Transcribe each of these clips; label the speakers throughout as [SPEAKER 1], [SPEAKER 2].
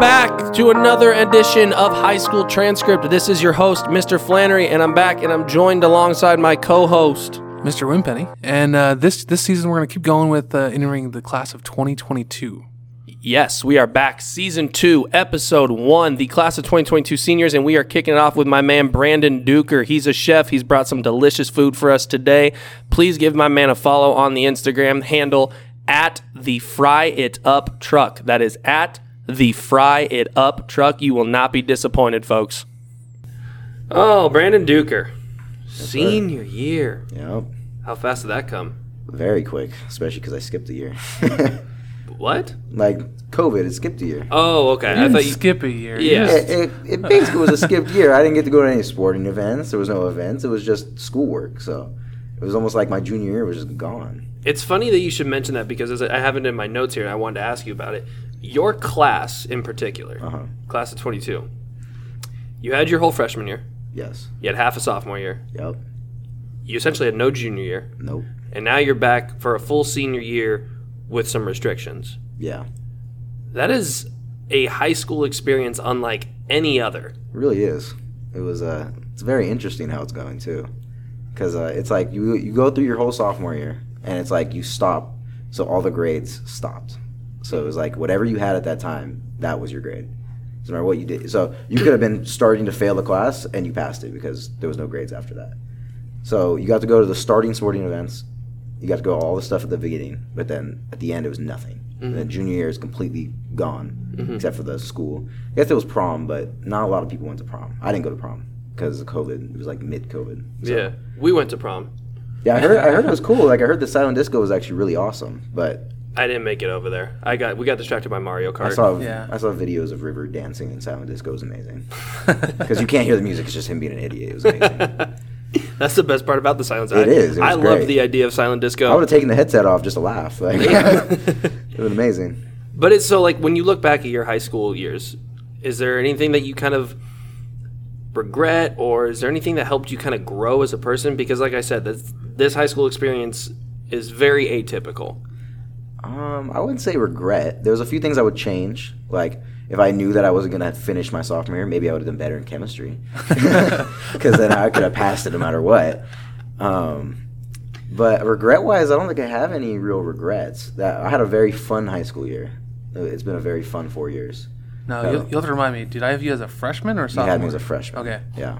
[SPEAKER 1] to another edition of High School Transcript. This is your host, Mr. Flannery, and I'm back and I'm joined alongside my co host.
[SPEAKER 2] Mr. Wimpenny. And uh, this this season we're going to keep going with uh, entering the class of 2022.
[SPEAKER 1] Yes, we are back. Season 2, Episode 1, the class of 2022 seniors, and we are kicking it off with my man, Brandon Duker. He's a chef. He's brought some delicious food for us today. Please give my man a follow on the Instagram handle at the Fry It Up Truck. That is at the Fry It Up Truck. You will not be disappointed, folks. Oh, Brandon Duker. Senior year.
[SPEAKER 3] Yep.
[SPEAKER 1] How fast did that come?
[SPEAKER 3] Very quick, especially because I skipped a year.
[SPEAKER 1] What?
[SPEAKER 3] like COVID, it skipped a year.
[SPEAKER 1] Oh, okay. I
[SPEAKER 2] I
[SPEAKER 1] thought you.
[SPEAKER 2] skip a year.
[SPEAKER 1] Yeah.
[SPEAKER 3] It, it, it basically was a skipped year. I didn't get to go to any sporting events. There was no events. It was just schoolwork. So it was almost like my junior year was just gone.
[SPEAKER 1] It's funny that you should mention that because as I I have it in my notes here, and I wanted to ask you about it. Your class in particular,
[SPEAKER 3] Uh huh.
[SPEAKER 1] class of 22, you had your whole freshman year,
[SPEAKER 3] Yes.
[SPEAKER 1] you had half a sophomore year,
[SPEAKER 3] Yep.
[SPEAKER 1] you essentially had no junior year,
[SPEAKER 3] Nope.
[SPEAKER 1] and now you're back for a full senior year with some restrictions.
[SPEAKER 3] Yeah.
[SPEAKER 1] That is a high school experience unlike any other.
[SPEAKER 3] really is. It was uh, it's very interesting how it's going too, because uh, it's like you you go through your whole sophomore year and it's like you stop, so all the grades stopped. So it was like whatever you had at that time, that was your grade. Doesn't matter what you did. So you could have been starting to fail the class and you passed it because there was no grades after that. So you got to go to the starting sporting events. You got to go to all the stuff at the beginning, but then at the end it was nothing. And then junior year is completely gone, except for the school. I guess it was prom, but not a lot of people went to prom. I didn't go to prom because of COVID. It was like mid COVID.
[SPEAKER 1] Yeah. We went to prom.
[SPEAKER 3] Yeah, I heard. I heard it was cool. Like I heard the silent disco was actually really awesome. But
[SPEAKER 1] I didn't make it over there. I got we got distracted by Mario Kart.
[SPEAKER 3] I saw
[SPEAKER 2] Yeah.
[SPEAKER 3] I saw videos of River dancing in silent disco. It was amazing because you can't hear the music. It's just him being an idiot. It was amazing.
[SPEAKER 1] That's the best part about the silence.
[SPEAKER 3] It
[SPEAKER 1] I,
[SPEAKER 3] is. It was
[SPEAKER 1] I love
[SPEAKER 3] great.
[SPEAKER 1] the idea of silent disco.
[SPEAKER 3] I would have taken the headset off just to laugh. Like, it was amazing.
[SPEAKER 1] But it's so like when you look back at your high school years, is there anything that you kind of regret or is there anything that helped you kind of grow as a person because like I said this this high school experience is very atypical.
[SPEAKER 3] Um, I wouldn't say regret. There was a few things I would change. Like if I knew that I wasn't gonna finish my sophomore year, maybe I would have done better in chemistry, because then I could have passed it no matter what. Um, but regret wise, I don't think I have any real regrets. That I had a very fun high school year. It's been a very fun four years.
[SPEAKER 2] No,
[SPEAKER 3] No.
[SPEAKER 1] Oh.
[SPEAKER 2] You'll, you'll have to remind me. Did I have you as a freshman or
[SPEAKER 3] You
[SPEAKER 2] sophomore?
[SPEAKER 3] had me as a freshman.
[SPEAKER 2] Okay.
[SPEAKER 3] Yeah,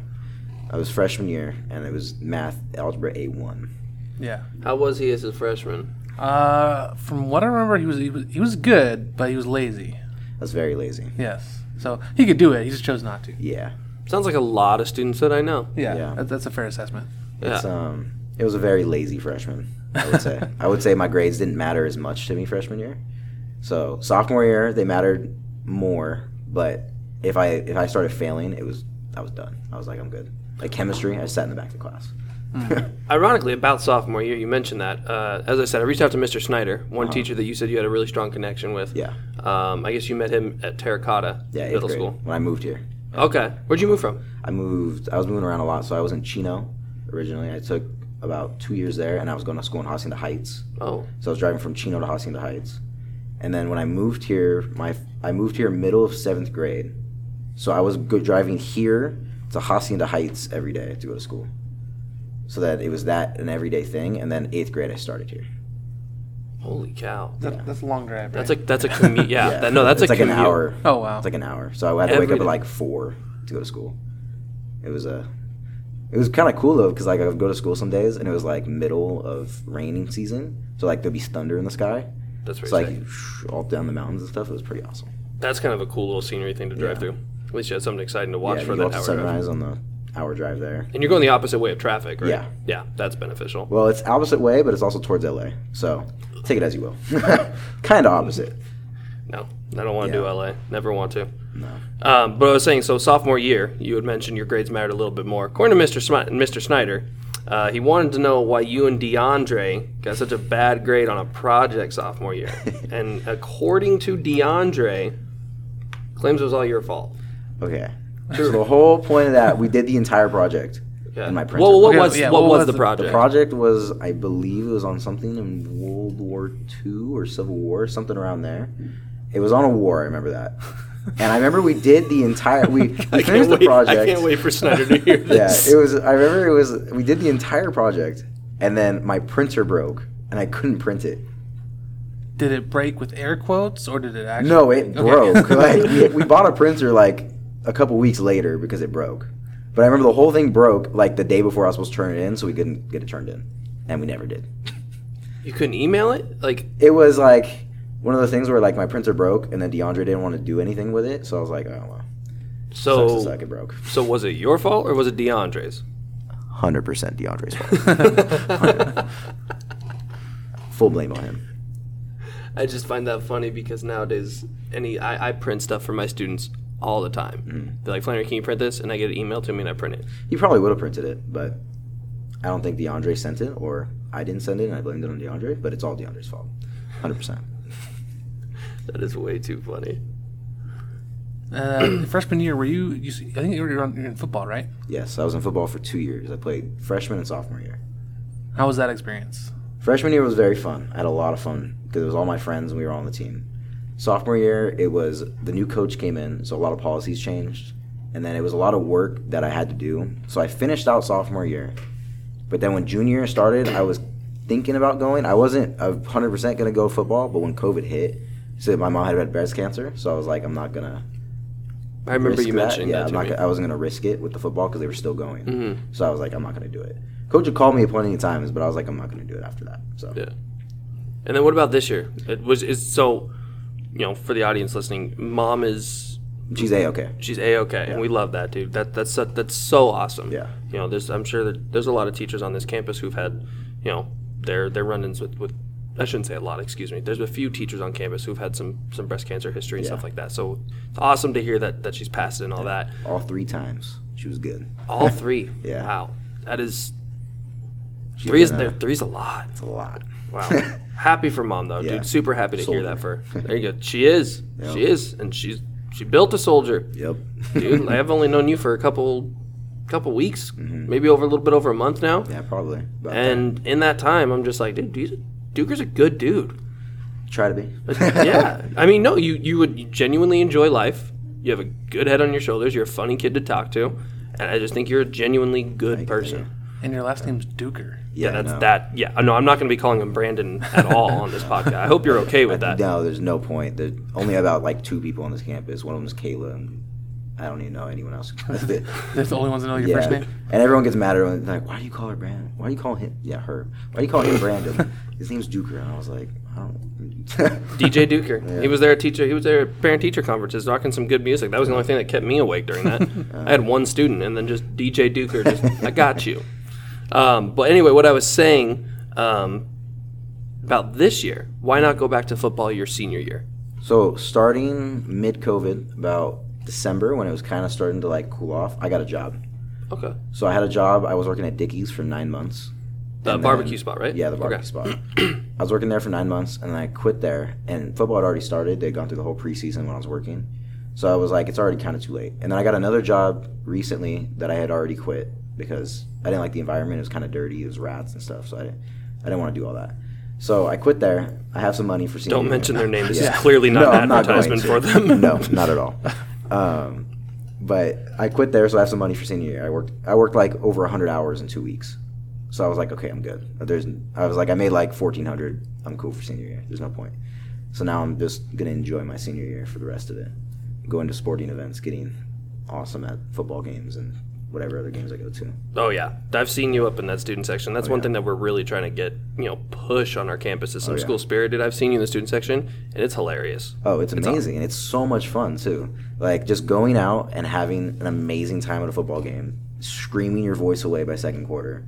[SPEAKER 3] I was freshman year, and it was math algebra A one.
[SPEAKER 2] Yeah.
[SPEAKER 1] How was he as a freshman?
[SPEAKER 2] Uh, from what I remember, he was, he was he was good, but he was lazy.
[SPEAKER 3] I was very lazy.
[SPEAKER 2] Yes. So he could do it. He just chose not to.
[SPEAKER 3] Yeah.
[SPEAKER 1] Sounds like a lot of students that I know.
[SPEAKER 2] Yeah.
[SPEAKER 3] Yeah.
[SPEAKER 2] That, that's a fair assessment.
[SPEAKER 3] It's, um, it was a very lazy freshman. I would say. I would say my grades didn't matter as much to me freshman year. So sophomore year they mattered more, but if I if I started failing, it was I was done. I was like I'm good. Like chemistry, I sat in the back of the class.
[SPEAKER 1] Ironically, about sophomore year, you mentioned that. Uh, as I said, I reached out to Mr. Snyder, one teacher that you said you had a really strong connection with.
[SPEAKER 3] Uh-huh. Yeah,
[SPEAKER 1] Um, I guess you met him at Terracotta
[SPEAKER 3] yeah. eighth
[SPEAKER 1] Middle
[SPEAKER 3] grade,
[SPEAKER 1] School.
[SPEAKER 3] when I moved here,
[SPEAKER 1] Okay. Where'd you move from?
[SPEAKER 3] I moved. I was moving around a lot, so I was in Chino originally. I took about two years there, and I was going to school in Hacienda Heights.
[SPEAKER 1] Oh.
[SPEAKER 3] So I was driving from Chino to Hacienda Heights, and then when I moved here, my I moved here middle of seventh grade, so I was go- driving here to Hacienda Heights every day to go to school. So that it was that an everyday thing, and then eighth grade I started here.
[SPEAKER 1] Holy cow.
[SPEAKER 2] That, That's a long drive.
[SPEAKER 1] That's
[SPEAKER 2] right?
[SPEAKER 1] like that's a commute. Yeah, That, no, that's
[SPEAKER 3] it's
[SPEAKER 1] a
[SPEAKER 3] like
[SPEAKER 1] commute.
[SPEAKER 3] an hour.
[SPEAKER 2] Oh wow.
[SPEAKER 3] It's like an hour. So I had to
[SPEAKER 1] Every
[SPEAKER 3] wake up
[SPEAKER 1] day.
[SPEAKER 3] at like four to go to school. It was a. It was kind of cool though, because like I would go to school some days, and it was like middle of raining season, so like there'd be thunder in the sky.
[SPEAKER 1] That's
[SPEAKER 3] It's
[SPEAKER 1] pretty
[SPEAKER 3] like
[SPEAKER 1] sick.
[SPEAKER 3] all down the mountains and stuff. It was pretty awesome.
[SPEAKER 1] That's kind of a cool little scenery thing to drive
[SPEAKER 3] Yeah.
[SPEAKER 1] through. At least you had something exciting to watch
[SPEAKER 3] yeah,
[SPEAKER 1] for
[SPEAKER 3] you go
[SPEAKER 1] that
[SPEAKER 3] up to
[SPEAKER 1] hour drive.
[SPEAKER 3] sunrise on the hour drive there.
[SPEAKER 1] And you're going the opposite way of traffic, right?
[SPEAKER 3] Yeah.
[SPEAKER 1] Yeah, that's beneficial.
[SPEAKER 3] Well, it's opposite way, but it's also towards LA. So take it as you will. kind of opposite.
[SPEAKER 1] No, I don't want to
[SPEAKER 3] Yeah.
[SPEAKER 1] do LA. Never want to.
[SPEAKER 3] No.
[SPEAKER 1] Um, but I was saying, so sophomore year, you had mentioned your grades mattered a little bit more. According to Mr. Smi- Mr. Snyder, uh, he wanted to know why you and DeAndre got such a bad grade on a project sophomore year. and according to DeAndre, claims it was all your fault.
[SPEAKER 3] Okay. So the whole point of that, we did the entire project
[SPEAKER 1] Yeah.
[SPEAKER 3] in my printer.
[SPEAKER 1] Well, what
[SPEAKER 2] Okay,
[SPEAKER 1] was
[SPEAKER 2] yeah,
[SPEAKER 1] what,
[SPEAKER 2] what
[SPEAKER 1] was,
[SPEAKER 2] was
[SPEAKER 1] the
[SPEAKER 2] the- the
[SPEAKER 3] the
[SPEAKER 1] project?
[SPEAKER 3] project was, I believe it was on something in World War II or Civil War, something around there. It was on a war, I remember that. And I remember we did the entire we,
[SPEAKER 1] I
[SPEAKER 3] we
[SPEAKER 1] can't
[SPEAKER 3] finished the
[SPEAKER 1] wait.
[SPEAKER 3] project.
[SPEAKER 1] I can't wait for Snyder to hear
[SPEAKER 3] Yeah,
[SPEAKER 1] this.
[SPEAKER 3] it was. I remember it was. We did the entire project, and then my printer broke, and I couldn't print it.
[SPEAKER 2] Did it break with air quotes or did it actually?
[SPEAKER 3] No, it
[SPEAKER 2] Okay.
[SPEAKER 3] broke. like we, we bought a printer like a couple weeks later because it broke. But I remember the whole thing broke like the day before I was supposed to turn it in, so we couldn't get it turned in, and we never did.
[SPEAKER 1] you couldn't email it. Like
[SPEAKER 3] It was like one of those things where like my printer broke, and then DeAndre didn't want to do anything with it, so I was like, oh well, sucks to
[SPEAKER 1] so.
[SPEAKER 3] suck, it broke.
[SPEAKER 1] So was it your fault or was it DeAndre's?
[SPEAKER 3] Hundred percent DeAndre's fault. Full blame on him.
[SPEAKER 1] I just find that funny because nowadays, any I, I print stuff for my students all the time.
[SPEAKER 3] Hmm.
[SPEAKER 1] They're like, Flannery, can you print this? And I get an email to me and I print it.
[SPEAKER 3] He probably would have printed it, but I don't think DeAndre sent it, or I didn't send it, and I blamed it on DeAndre. But it's all DeAndre's fault, hundred percent.
[SPEAKER 1] That is way too funny.
[SPEAKER 2] Uh, freshman year, were you? you s- I think you were on, you're in football, right?
[SPEAKER 3] Yes, I was in football for two years. I played freshman and sophomore year.
[SPEAKER 2] How was that experience?
[SPEAKER 3] Freshman year was very fun. I had a lot of fun because it was all my friends and we were all on the team. Sophomore year, it was the new coach came in, so a lot of policies changed. And then it was a lot of work that I had to do. So I finished out sophomore year. But then when junior year started, I was thinking about going. I wasn't a 100% going to go football, but when COVID hit, so my mom had breast cancer, so I was like, I'm not going to
[SPEAKER 1] I remember
[SPEAKER 3] risk
[SPEAKER 1] you
[SPEAKER 3] that.
[SPEAKER 1] mentioning
[SPEAKER 3] yeah,
[SPEAKER 1] that.
[SPEAKER 3] I'm
[SPEAKER 1] to
[SPEAKER 3] not
[SPEAKER 1] me. Mm-hmm.
[SPEAKER 3] gonna, I wasn't gonna risk it with the football because they were still going. So I was like, I'm not gonna do it. Coach had called me plenty of times, but I was like, I'm not gonna do it after that. So
[SPEAKER 1] Yeah. And then what about this year? It was is so, you know, for the audience listening, mom is
[SPEAKER 3] she's a okay.
[SPEAKER 1] she's a okay, and we love that, dude. That that's so- that's so awesome.
[SPEAKER 3] Yeah.
[SPEAKER 1] You know, there's I'm sure that there's a lot of teachers on this campus who've had, you know, their their run-ins with with I shouldn't say a lot, excuse me. There's a few teachers on campus who've had some some breast cancer history and
[SPEAKER 3] Yeah.
[SPEAKER 1] stuff like that. So it's awesome to hear that that she's passed it and all that.
[SPEAKER 3] All three times she was good.
[SPEAKER 1] All three.
[SPEAKER 3] Yeah.
[SPEAKER 1] Wow. That is
[SPEAKER 3] She's
[SPEAKER 1] three is
[SPEAKER 3] been a-
[SPEAKER 1] three's a lot.
[SPEAKER 3] It's a lot.
[SPEAKER 1] Wow. happy for mom though,
[SPEAKER 3] Yeah.
[SPEAKER 1] dude. Super happy to hear that for.
[SPEAKER 3] Soldier.
[SPEAKER 1] her. There you go. She is.
[SPEAKER 3] Yeah.
[SPEAKER 1] She is, and she's she built a soldier,
[SPEAKER 3] Yep.
[SPEAKER 1] dude. I've only known you for a couple, couple weeks, maybe over a little bit over a month now.
[SPEAKER 3] Mm-hmm. yeah, probably. But
[SPEAKER 1] And in that time, I'm just like, dude, dude, Duker's a good dude.
[SPEAKER 3] try to be.
[SPEAKER 1] yeah. I mean, no, you you would you genuinely enjoy life. You have a good head on your shoulders. You're a funny kid to talk to, and I just think you're a genuinely good
[SPEAKER 3] Thank you,
[SPEAKER 1] person.
[SPEAKER 3] thank
[SPEAKER 2] And your last name's Duker.
[SPEAKER 1] Yeah,
[SPEAKER 3] Yeah,
[SPEAKER 1] that's
[SPEAKER 3] no.
[SPEAKER 1] that. Yeah, no, I'm not going to be calling him Brandon at all on this podcast. I hope you're okay with that.
[SPEAKER 3] No, there's no point. There's only about like two people on this campus. One of them is Kayla. And I don't even know anyone else.
[SPEAKER 2] They're the only ones that know your
[SPEAKER 3] yeah.
[SPEAKER 2] first name.
[SPEAKER 3] And everyone gets mad at her. and they're Like, why do you call her Brandon? Why do you call him? Yeah, her. Why do you call him Brandon? His name's Duker. And I was like, I don't.
[SPEAKER 1] DJ Duker.
[SPEAKER 3] Yeah.
[SPEAKER 1] He was there at teacher. He was there at parent teacher conferences, rocking some good music. That was the only thing that kept me awake during that. I had one student, and then just DJ Duker. Just I got you. Um, but anyway, what I was saying um, about this year, why not go back to football your senior year?
[SPEAKER 3] So starting mid COVID, about December when it was kind of starting to like cool off, I got a job.
[SPEAKER 1] Okay,
[SPEAKER 3] So I had a job. I was working at Dickie's for nine months.
[SPEAKER 1] the
[SPEAKER 3] And
[SPEAKER 1] barbecue
[SPEAKER 3] then-
[SPEAKER 1] spot, right?
[SPEAKER 3] Yeah, the barbecue
[SPEAKER 1] Okay.
[SPEAKER 3] spot. I was working there for nine months, and then I quit there. And football had already started. They'd gone through the whole preseason when I was working. So I was like, it's already kind of too late. And then I got another job recently that I had already quit because I didn't like the environment. It was kind of dirty. It was rats and stuff. So I didn't, I didn't want to do all that. So I quit there. I have some money for senior
[SPEAKER 1] Don't
[SPEAKER 3] year.
[SPEAKER 1] mention their name. This
[SPEAKER 3] Yeah.
[SPEAKER 1] is clearly not an
[SPEAKER 3] I'm not going
[SPEAKER 1] advertisement
[SPEAKER 3] to.
[SPEAKER 1] for them.
[SPEAKER 3] no, not at all. Um, but I quit there, so I have some money for senior year. I worked, I worked like over 100 hours in two weeks. So I was like, okay, I'm good. There's, I was like, I made like 1,400. I'm cool for senior year. There's no point. So now I'm just gonna enjoy my senior year for the rest of it. Going to sporting events, getting awesome at football games and whatever other games I go to.
[SPEAKER 1] Oh yeah, I've seen you up in that student section. That's one
[SPEAKER 3] Oh, yeah. Oh,
[SPEAKER 1] thing that we're really trying to get, you know, push on our campus is some
[SPEAKER 3] yeah.
[SPEAKER 1] school spirit. Dude, I've seen you in the student section, and it's hilarious.
[SPEAKER 3] Oh, it's amazing. and it's so much fun, too. Like, just going out and having an amazing time at a football game, screaming your voice away by second quarter,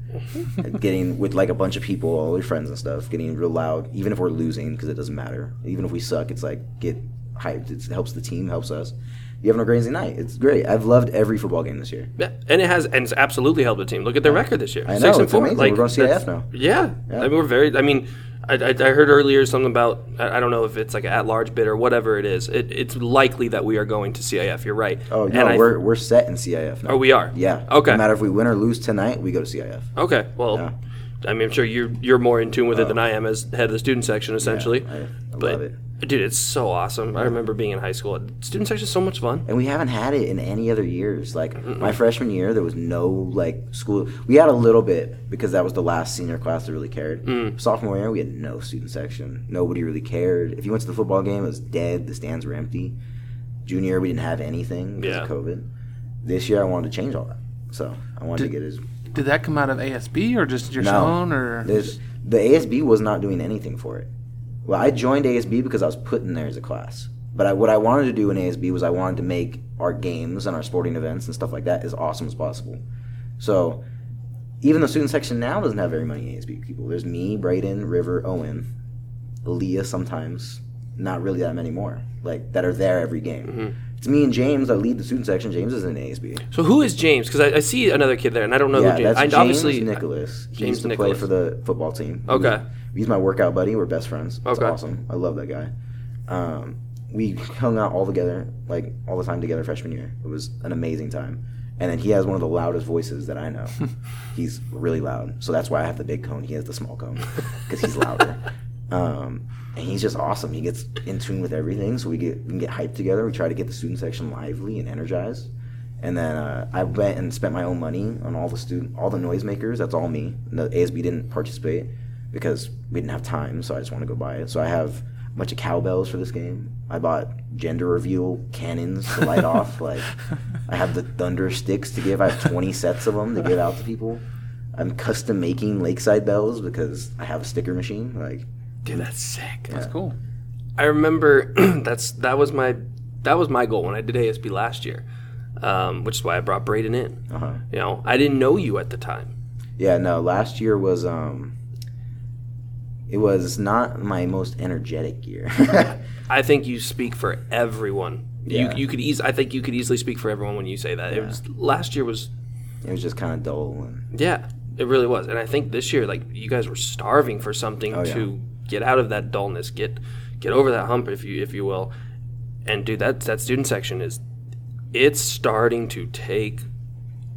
[SPEAKER 3] and getting with like a bunch of people, all your friends and stuff, getting real loud, even if we're losing, because it doesn't matter. Even if we suck, it's like, get hyped. It helps the team, helps us. You're having a crazy night. It's great. I've loved every football game this year.
[SPEAKER 1] Yeah, and it has, and it's absolutely helped the team. Look at their record this year.
[SPEAKER 3] I know,
[SPEAKER 1] Six and
[SPEAKER 3] it's
[SPEAKER 1] four.
[SPEAKER 3] amazing.
[SPEAKER 1] Like
[SPEAKER 3] We're going CIF
[SPEAKER 1] that's-
[SPEAKER 3] now.
[SPEAKER 1] Yeah. I mean, we're very. I mean, I, I, I heard earlier something about I, I don't know if it's like an at-large bid or whatever it is. It, it's likely that we are going to CIF. You're right.
[SPEAKER 3] Oh,
[SPEAKER 1] And
[SPEAKER 3] no,
[SPEAKER 1] I-
[SPEAKER 3] we're, we're set in CIF now.
[SPEAKER 1] or we are.
[SPEAKER 3] Yeah.
[SPEAKER 1] Okay.
[SPEAKER 3] No matter if we win or lose tonight, we go to CIF.
[SPEAKER 1] Okay. Well, I mean, I'm sure you're you're more in tune with it than I am as head of the student section, essentially.
[SPEAKER 3] Oh. I- I
[SPEAKER 1] but
[SPEAKER 3] love it.
[SPEAKER 1] Dude, it's so awesome. I remember being in high school. Student section's so much fun.
[SPEAKER 3] and we haven't had it in any other years. Like my freshman year, there was no like school. We had a little bit because that was the last senior class that really cared. Sophomore year, we had no student section. Nobody really cared. If you went to the football game, it was dead. The stands were empty. Junior, year, we didn't have anything because
[SPEAKER 1] Yeah.
[SPEAKER 3] of COVID. This year, I wanted to change all that, so I wanted to get as
[SPEAKER 2] Did that come out of ASB or just your
[SPEAKER 3] No.
[SPEAKER 2] own or
[SPEAKER 3] There's, the ASB was not doing anything for it. Well, I joined ASB because I was put in there as a class. But I, what I wanted to do in ASB was I wanted to make our games and our sporting events and stuff like that as awesome as possible. So even the student section now doesn't have very many ASB people. There's me, Braden, River, Owen, Leah sometimes, not really that many more, like that are there every game. It's me and James. I lead the student section. James is in ASB.
[SPEAKER 1] So who is James? Because I, I see another kid there, and I don't know
[SPEAKER 3] yeah,
[SPEAKER 1] who James.
[SPEAKER 3] that's James
[SPEAKER 1] I, obviously,
[SPEAKER 3] Nicholas. he
[SPEAKER 1] James
[SPEAKER 3] used to
[SPEAKER 1] Nicholas.
[SPEAKER 3] play for the football team. He
[SPEAKER 1] Okay.
[SPEAKER 3] was- he's my workout buddy. We're best friends. It's
[SPEAKER 1] Okay.
[SPEAKER 3] awesome. I love that guy. Um, we hung out all together, like all the time together freshman year. It was an amazing time. And then he has one of the loudest voices that I know. he's really loud, so that's why I have the big cone. He has the small cone because he's louder. Um, and he's just awesome. He gets in tune with everything, so we get we can get hyped together. We try to get the student section lively and energized. And then uh, I went and spent my own money on all the student, all the noisemakers. That's all me. And the ASB didn't participate because we didn't have time. So I just want to go buy it. So I have a bunch of cowbells for this game. I bought gender reveal cannons to light off. Like I have the thunder sticks to give. I have 20 sets of them to give out to people. I'm custom making lakeside bells because I have a sticker machine. Like
[SPEAKER 1] dude, that's sick.
[SPEAKER 2] that's cool.
[SPEAKER 1] I remember that's that was my that was my goal when I did ASB last year, um, which is why I brought Braden in.
[SPEAKER 3] Uh-huh.
[SPEAKER 1] You know, I didn't know you at the time.
[SPEAKER 3] Yeah, no, last year was um it was not my most energetic year.
[SPEAKER 1] I think you speak for everyone.
[SPEAKER 3] Yeah.
[SPEAKER 1] You you could eas- I think you could easily speak for everyone when you say that. It was last year was
[SPEAKER 3] it was just kind of dull and
[SPEAKER 1] yeah, it really was, and I think this year like you guys were starving for something
[SPEAKER 3] Oh, yeah.
[SPEAKER 1] to get out of that dullness, get get over that hump if you if you will. And dude, that that student section is it's starting to take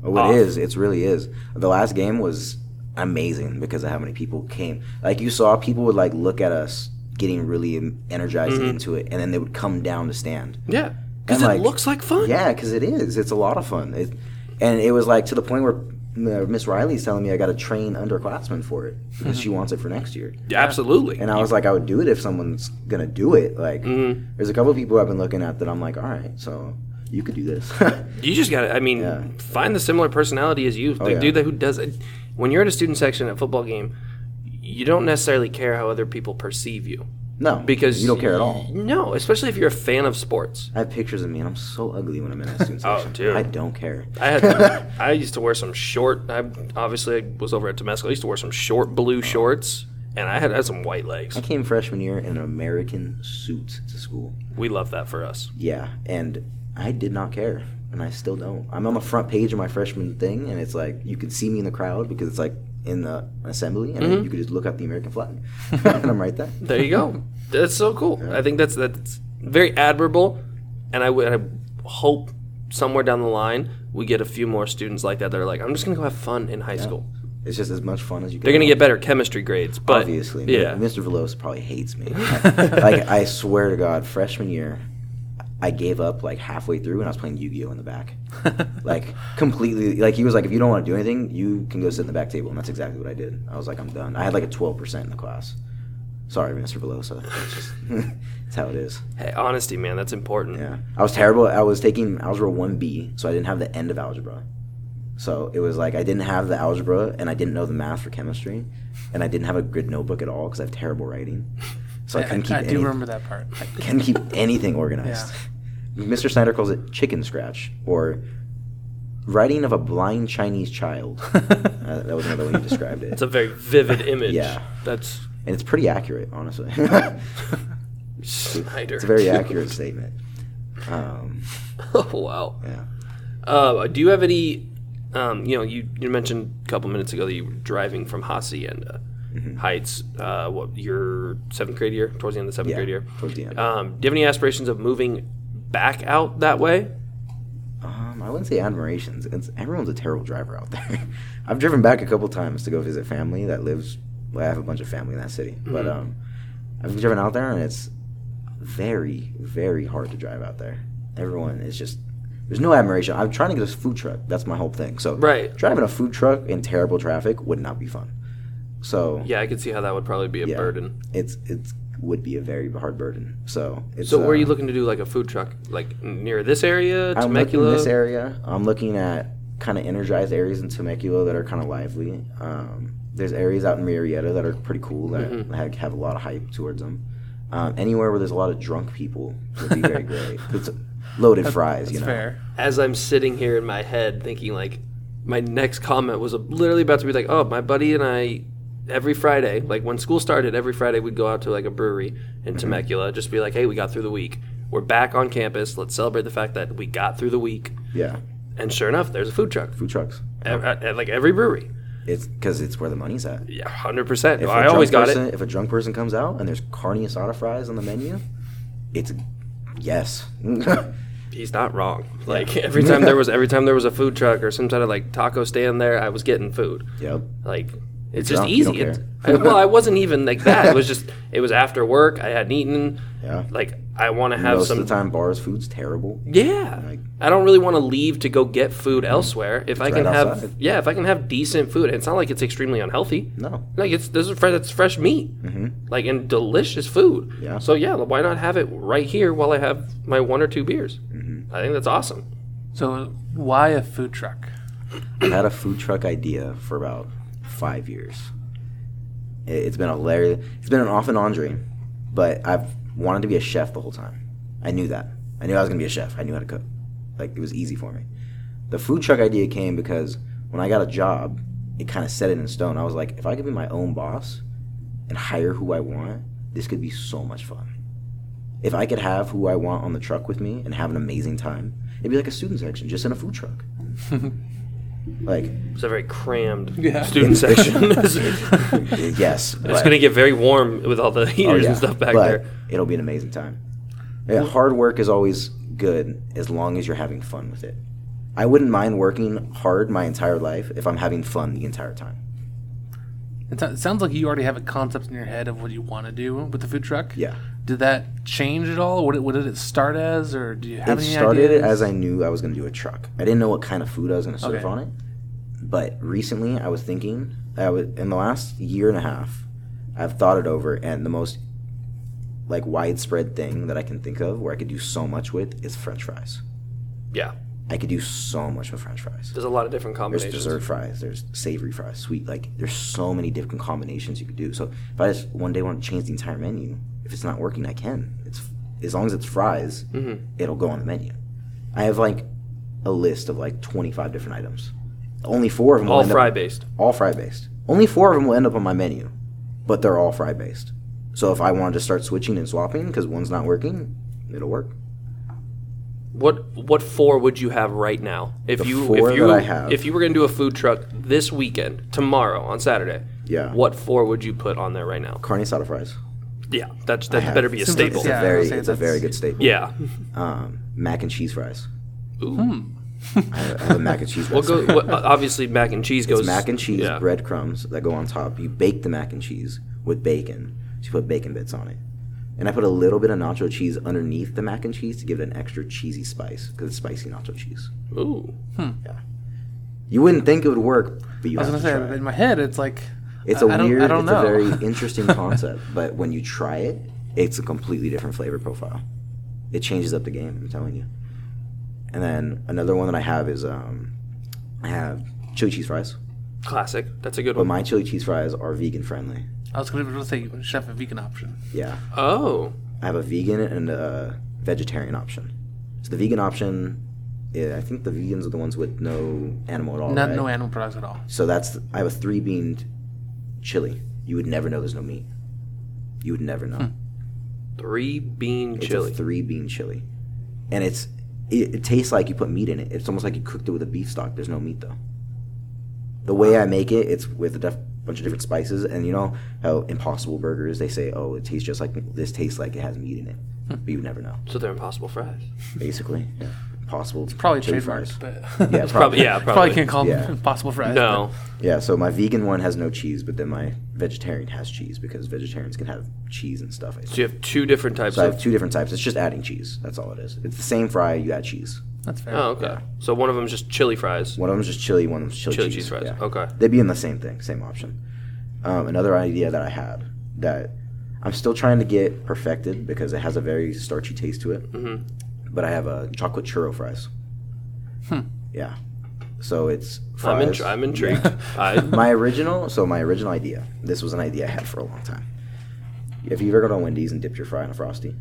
[SPEAKER 3] oh, it
[SPEAKER 1] Off.
[SPEAKER 3] is, it's really is. The last game was amazing because of how many people came. Like you saw people would like look at us getting really em- energized
[SPEAKER 1] Mm-hmm.
[SPEAKER 3] into it and then they would come down to stand.
[SPEAKER 1] yeah because
[SPEAKER 3] And,
[SPEAKER 1] it
[SPEAKER 3] like,
[SPEAKER 1] looks like fun.
[SPEAKER 3] Yeah, because it is. It's a lot of fun. It, and it was like to the point where uh, Miss Riley's telling me I got to train underclassmen for it because
[SPEAKER 1] Mm-hmm.
[SPEAKER 3] she wants it for next year.
[SPEAKER 1] Absolutely.
[SPEAKER 3] And I was like, I would do it if someone's gonna do it. Like,
[SPEAKER 1] Mm-hmm.
[SPEAKER 3] there's a couple of people I've been looking at that I'm like, all right, so you could do this.
[SPEAKER 1] You just got to, I mean,
[SPEAKER 3] Yeah. Oh,
[SPEAKER 1] find the similar personality as you. The
[SPEAKER 3] yeah.
[SPEAKER 1] dude that who does it. When you're at a student section at a football game, you don't necessarily care how other people perceive you.
[SPEAKER 3] no,
[SPEAKER 1] Because
[SPEAKER 3] you don't care at all.
[SPEAKER 1] No, especially if you're a fan of sports.
[SPEAKER 3] I have pictures of me, and I'm so ugly when I'm in a student
[SPEAKER 1] Oh,
[SPEAKER 3] section.
[SPEAKER 1] dude.
[SPEAKER 3] I don't care.
[SPEAKER 1] I had, I used to wear some short. I obviously I was over at Temescal. I used to wear some short blue shorts, and I had, I had some white legs.
[SPEAKER 3] Oh. I came freshman year in an American suit to school.
[SPEAKER 1] We love that for us.
[SPEAKER 3] Yeah, and I did not care, and I still don't. I'm on the front page of my freshman thing, and it's like you can see me in the crowd because it's like in the assembly, and
[SPEAKER 1] Mm-hmm.
[SPEAKER 3] then you could just look at the American flag, and I'm right there.
[SPEAKER 1] There you go. that's so cool. I think that's that's very admirable, and I would I hope somewhere down the line we get a few more students like that that are like, I'm just gonna go have fun in high school.
[SPEAKER 3] It's just as much fun as you.
[SPEAKER 1] They're gonna get better chemistry grades, but
[SPEAKER 3] obviously.
[SPEAKER 1] yeah,
[SPEAKER 3] Mr. Veloso probably hates me. like I swear to God, freshman year, I gave up like halfway through, and I was playing Yu-Gi-Oh in the back, like completely. Like he was like, if you don't want to do anything, you can go sit in the back table, and that's exactly what I did. I was like, I'm done. I had like a 12 percent in the class. Sorry, Mr. Veloso. It's just it's how it is.
[SPEAKER 1] hey, honesty, man, that's important.
[SPEAKER 3] Yeah, I was terrible. I was taking algebra one B, so I didn't have the end of algebra. So it was like I didn't have the algebra, and I didn't know the math for chemistry, and I didn't have a good notebook at all because I have terrible writing. So I
[SPEAKER 2] I,
[SPEAKER 3] couldn't keep.
[SPEAKER 2] I do
[SPEAKER 3] any-
[SPEAKER 2] remember that part.
[SPEAKER 3] I couldn't keep anything organized. Mr. Snyder calls it chicken scratch or writing of a blind Chinese child. Uh, that was another way he described it,
[SPEAKER 1] It's a very vivid image.
[SPEAKER 3] Yeah.
[SPEAKER 1] that's
[SPEAKER 3] and it's pretty accurate, honestly. it's
[SPEAKER 1] Snyder.
[SPEAKER 3] a very accurate statement. Um,
[SPEAKER 1] oh wow.
[SPEAKER 3] yeah.
[SPEAKER 1] Uh, do you have any? Um, you know, you, you mentioned a couple minutes ago that you were driving from Hacienda
[SPEAKER 3] Mm-hmm.
[SPEAKER 1] Heights. Uh, what your seventh grade year? Towards the end of the seventh
[SPEAKER 3] Yeah,
[SPEAKER 1] grade year.
[SPEAKER 3] towards the end.
[SPEAKER 1] Um, do you have any aspirations of moving back out that way?
[SPEAKER 3] Um, I wouldn't say admirations. It's, everyone's a terrible driver out there. I've driven back a couple times to go visit family
[SPEAKER 1] Mm-hmm.
[SPEAKER 3] that lives. Well, I have a bunch of family in that city, but um, I've driven out there and it's. very, very hard to drive out there. Everyone is just there's no admiration. I'm trying to get a food truck. That's my whole thing. So
[SPEAKER 1] Right.
[SPEAKER 3] driving a food truck in terrible traffic would not be fun. So
[SPEAKER 1] Yeah, I could see how that would probably be a
[SPEAKER 3] Yeah.
[SPEAKER 1] burden.
[SPEAKER 3] it's it's would be a very hard burden. So it's
[SPEAKER 1] So, where are
[SPEAKER 3] uh,
[SPEAKER 1] you looking to do like a food truck, like near this area,
[SPEAKER 3] I'm
[SPEAKER 1] Temecula?
[SPEAKER 3] looking in this area. I'm looking at kind of energized areas in Temecula that are kind of lively. Um, there's areas out in Marietta that are pretty cool that
[SPEAKER 1] Mm-hmm.
[SPEAKER 3] have, have a lot of hype towards them. Um, anywhere where there's a lot of drunk people would be very great. It's loaded fries,
[SPEAKER 2] That's
[SPEAKER 3] you know.
[SPEAKER 2] fair.
[SPEAKER 1] As I'm sitting here in my head thinking, like, my next comment was literally about to be like, oh, my buddy and I, every Friday, like when school started, every Friday we'd go out to like a brewery
[SPEAKER 3] Mm-hmm.
[SPEAKER 1] in Temecula, just be like, hey, we got through the week. We're back on campus. Let's celebrate the fact that we got through the week.
[SPEAKER 3] Yeah,
[SPEAKER 1] And sure enough, there's a food truck
[SPEAKER 3] food trucks.
[SPEAKER 1] at, at, at, like every brewery.
[SPEAKER 3] It's because it's where the money's at.
[SPEAKER 1] Yeah, 100%.
[SPEAKER 3] If a
[SPEAKER 1] I
[SPEAKER 3] drunk
[SPEAKER 1] always got
[SPEAKER 3] person,
[SPEAKER 1] it.
[SPEAKER 3] If a drunk person comes out and there's carne asada fries on the menu, it's a yes.
[SPEAKER 1] he's not wrong. Like every time there was every time there was a food truck or some sort of like taco stand there, I was getting food.
[SPEAKER 3] yep.
[SPEAKER 1] Like it's
[SPEAKER 3] You're
[SPEAKER 1] just
[SPEAKER 3] drunk, you
[SPEAKER 1] easy.
[SPEAKER 3] don't
[SPEAKER 1] It's, I,
[SPEAKER 3] care.
[SPEAKER 1] well, I wasn't even like that. It was just it was after work. I hadn't eaten.
[SPEAKER 3] Yeah.
[SPEAKER 1] Like I want to have
[SPEAKER 3] Most
[SPEAKER 1] some.
[SPEAKER 3] of the time, bars food's terrible.
[SPEAKER 1] Yeah.
[SPEAKER 3] Like- Mm.
[SPEAKER 1] I don't really want to leave to go get food elsewhere. If I
[SPEAKER 3] It's
[SPEAKER 1] can
[SPEAKER 3] right
[SPEAKER 1] have
[SPEAKER 3] outside.
[SPEAKER 1] yeah, if I can have decent food, it's not like it's extremely unhealthy.
[SPEAKER 3] No.
[SPEAKER 1] Like it's this is fresh. It's fresh meat, like and delicious food.
[SPEAKER 3] Mm-hmm. Yeah.
[SPEAKER 1] So yeah, why not have it right here while I have my one or two beers?
[SPEAKER 3] Mm-hmm.
[SPEAKER 1] I think that's awesome.
[SPEAKER 2] So why a food truck?
[SPEAKER 3] I've had a food truck idea for about five years. It- It's been a hilarious. It's been an off and on dream, but I've wanted to be a chef the whole time. I knew that. I knew I was gonna be a chef. I knew how to cook. Like it was easy for me. The food truck idea came because when I got a job, it kind of set it in stone. I was like, if I could be my own boss and hire who I want, this could be so much fun. If I could have who I want on the truck with me and have an amazing time, it'd be like a student section, just in a food truck. like
[SPEAKER 1] It's a very crammed
[SPEAKER 2] Yeah.
[SPEAKER 1] student section. it's
[SPEAKER 3] yes. but-
[SPEAKER 1] going to get very warm with all the heaters
[SPEAKER 3] oh, yeah,
[SPEAKER 1] and stuff back
[SPEAKER 3] but
[SPEAKER 1] there.
[SPEAKER 3] It'll be an amazing time. Yeah, hard work is always good as long as you're having fun with it. I wouldn't mind working hard my entire life if I'm having fun the entire time.
[SPEAKER 2] It, so- it sounds like you already have a concept in your head of what you want to do with the food truck.
[SPEAKER 3] Yeah.
[SPEAKER 2] Did that change at all? What, did- what did it start as, or do you have
[SPEAKER 3] it
[SPEAKER 2] any
[SPEAKER 3] started
[SPEAKER 2] ideas?
[SPEAKER 3] as I knew I was going to do a truck. I didn't know what kind of food I was going to serve
[SPEAKER 2] Okay.
[SPEAKER 3] on it. But recently, I was thinking. I was in the last year and a half. I've thought it over, and the most like widespread thing that I can think of where I could do so much with is French fries.
[SPEAKER 1] Yeah.
[SPEAKER 3] I could do so much with French fries.
[SPEAKER 1] There's a lot of different
[SPEAKER 3] There's
[SPEAKER 1] combinations.
[SPEAKER 3] dessert fries. There's savory fries, sweet. Like there's so many different combinations you could do. So if I just one day want to change the entire menu, if it's not working, I can. It's as long as it's fries,
[SPEAKER 1] Mm-hmm.
[SPEAKER 3] it'll go on the menu. I have like a list of like 25 different items. Only four of them will
[SPEAKER 1] All
[SPEAKER 3] end up-
[SPEAKER 1] fry based.
[SPEAKER 3] all fry based. Only four of them will end up on my menu, but they're all fry based. So if I wanted to start switching and swapping because one's not working, it'll work.
[SPEAKER 1] What what four would you have right now? If
[SPEAKER 3] The
[SPEAKER 1] you
[SPEAKER 3] four
[SPEAKER 1] if you
[SPEAKER 3] that I have.
[SPEAKER 1] if you were going to do a food truck this weekend, tomorrow on Saturday.
[SPEAKER 3] Yeah.
[SPEAKER 1] What four would you put on there right now?
[SPEAKER 3] Carne asada fries.
[SPEAKER 1] Yeah, that's
[SPEAKER 3] I
[SPEAKER 1] that
[SPEAKER 3] have-
[SPEAKER 1] better be a
[SPEAKER 2] Seems like
[SPEAKER 1] staple.
[SPEAKER 3] It's
[SPEAKER 2] Yeah, I was
[SPEAKER 3] a very,
[SPEAKER 2] gonna say
[SPEAKER 3] it's a
[SPEAKER 2] that's-
[SPEAKER 3] very good staple.
[SPEAKER 1] Yeah.
[SPEAKER 3] um, mac and cheese fries.
[SPEAKER 1] Ooh.
[SPEAKER 2] Hmm.
[SPEAKER 3] I have I have a mac and cheese
[SPEAKER 1] We'll
[SPEAKER 3] recipe.
[SPEAKER 1] go well, obviously mac and cheese goes
[SPEAKER 3] It's mac and cheese,
[SPEAKER 1] yeah.
[SPEAKER 3] breadcrumbs that go on top. You bake the mac and cheese with bacon. So you put bacon bits on it. And I put a little bit of nacho cheese underneath the mac and cheese to give it an extra cheesy spice because it's spicy nacho cheese.
[SPEAKER 1] Ooh.
[SPEAKER 3] Yeah. You wouldn't think it would work, but you
[SPEAKER 2] I was gonna
[SPEAKER 3] have to
[SPEAKER 2] say
[SPEAKER 3] try it.
[SPEAKER 2] in my head, it's like
[SPEAKER 3] It's
[SPEAKER 2] a
[SPEAKER 3] a weird, it's a very interesting concept, but when you try it, it's a completely different flavor profile. It changes up the game. I'm telling you. And then another one that I have is um, I have chili cheese fries,
[SPEAKER 1] Classic. That's a good
[SPEAKER 3] but
[SPEAKER 1] one.
[SPEAKER 3] my chili cheese fries are vegan friendly.
[SPEAKER 2] I was gonna be able to say you should have a vegan option.
[SPEAKER 3] Yeah,
[SPEAKER 1] Oh.
[SPEAKER 3] I have a vegan and a vegetarian option. So the vegan option, yeah, I think the vegans are the ones with no animal at all.
[SPEAKER 2] Not
[SPEAKER 3] right?
[SPEAKER 2] no animal products at all.
[SPEAKER 3] So that's I have a three beaned chili. You would never know there's no meat. You would never know.
[SPEAKER 1] 3 bean
[SPEAKER 3] It's
[SPEAKER 1] chili.
[SPEAKER 3] a three bean chili, and it's it, it tastes like you put meat in it. It's almost like you cooked it with a beef stock. There's no meat though. The way I make it, it's with a def- bunch of different spices, and you know how Impossible Burgers they say, oh, it tastes just like this. Tastes like it has meat in it. but you never know.
[SPEAKER 1] So they're impossible fries.
[SPEAKER 3] Basically, yeah. possible. It's
[SPEAKER 2] Probably trademarked, but
[SPEAKER 3] Yeah,
[SPEAKER 1] Probably, yeah,
[SPEAKER 2] probably,
[SPEAKER 1] probably.
[SPEAKER 2] can't call them
[SPEAKER 3] Yeah.
[SPEAKER 2] impossible fries.
[SPEAKER 1] No.
[SPEAKER 3] Yeah, so my vegan one has no cheese, but then my vegetarian has cheese because vegetarians can have cheese and stuff. I
[SPEAKER 1] So you have two different types
[SPEAKER 3] So I
[SPEAKER 1] of.
[SPEAKER 3] have two different types. It's just adding cheese. That's all it is. It's the same fry. You add cheese.
[SPEAKER 2] That's fair.
[SPEAKER 1] Oh, okay. So one of them is just chili fries.
[SPEAKER 3] One of them's just chili. One of them's chili,
[SPEAKER 1] Chili cheese fries, okay.
[SPEAKER 3] They'd be in the same thing, same option. Um, another idea that I had that I'm still trying to get perfected because it has a very starchy taste to it.
[SPEAKER 1] Mhm.
[SPEAKER 3] But I have a chocolate churro fries. Yeah. So it's
[SPEAKER 1] I'm,
[SPEAKER 3] fries.
[SPEAKER 1] in, I'm intrigued. I,
[SPEAKER 3] my original so my original idea this was an idea i had for a long time have you ever gone to wendy's and dipped your fry in a frosty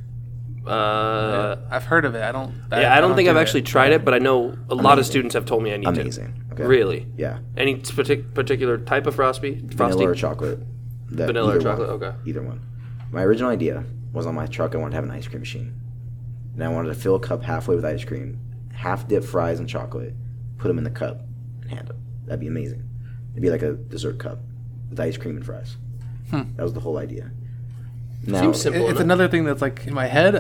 [SPEAKER 1] uh,
[SPEAKER 2] I've heard of it. I don't.
[SPEAKER 1] yeah, I don't think
[SPEAKER 2] do
[SPEAKER 1] I've
[SPEAKER 2] that.
[SPEAKER 1] actually tried it, but I know a lot of students have told me I need
[SPEAKER 3] amazing
[SPEAKER 1] to. Really?
[SPEAKER 3] yeah
[SPEAKER 1] Any partic- particular type of frosty? Frosty?
[SPEAKER 3] vanilla or chocolate That-
[SPEAKER 1] Vanilla or
[SPEAKER 3] either
[SPEAKER 1] chocolate,
[SPEAKER 3] one.
[SPEAKER 1] okay.
[SPEAKER 3] either one my original idea was on my truck i wanted to have an ice cream machine and i wanted to fill a cup halfway with ice cream half dip fries and chocolate put them in the cup and hand them that'd be amazing it'd be like a dessert cup with ice cream and fries that was the whole idea now
[SPEAKER 1] Hmm. Seems simple.
[SPEAKER 2] It- It's
[SPEAKER 1] enough.
[SPEAKER 2] another thing that's like in my head.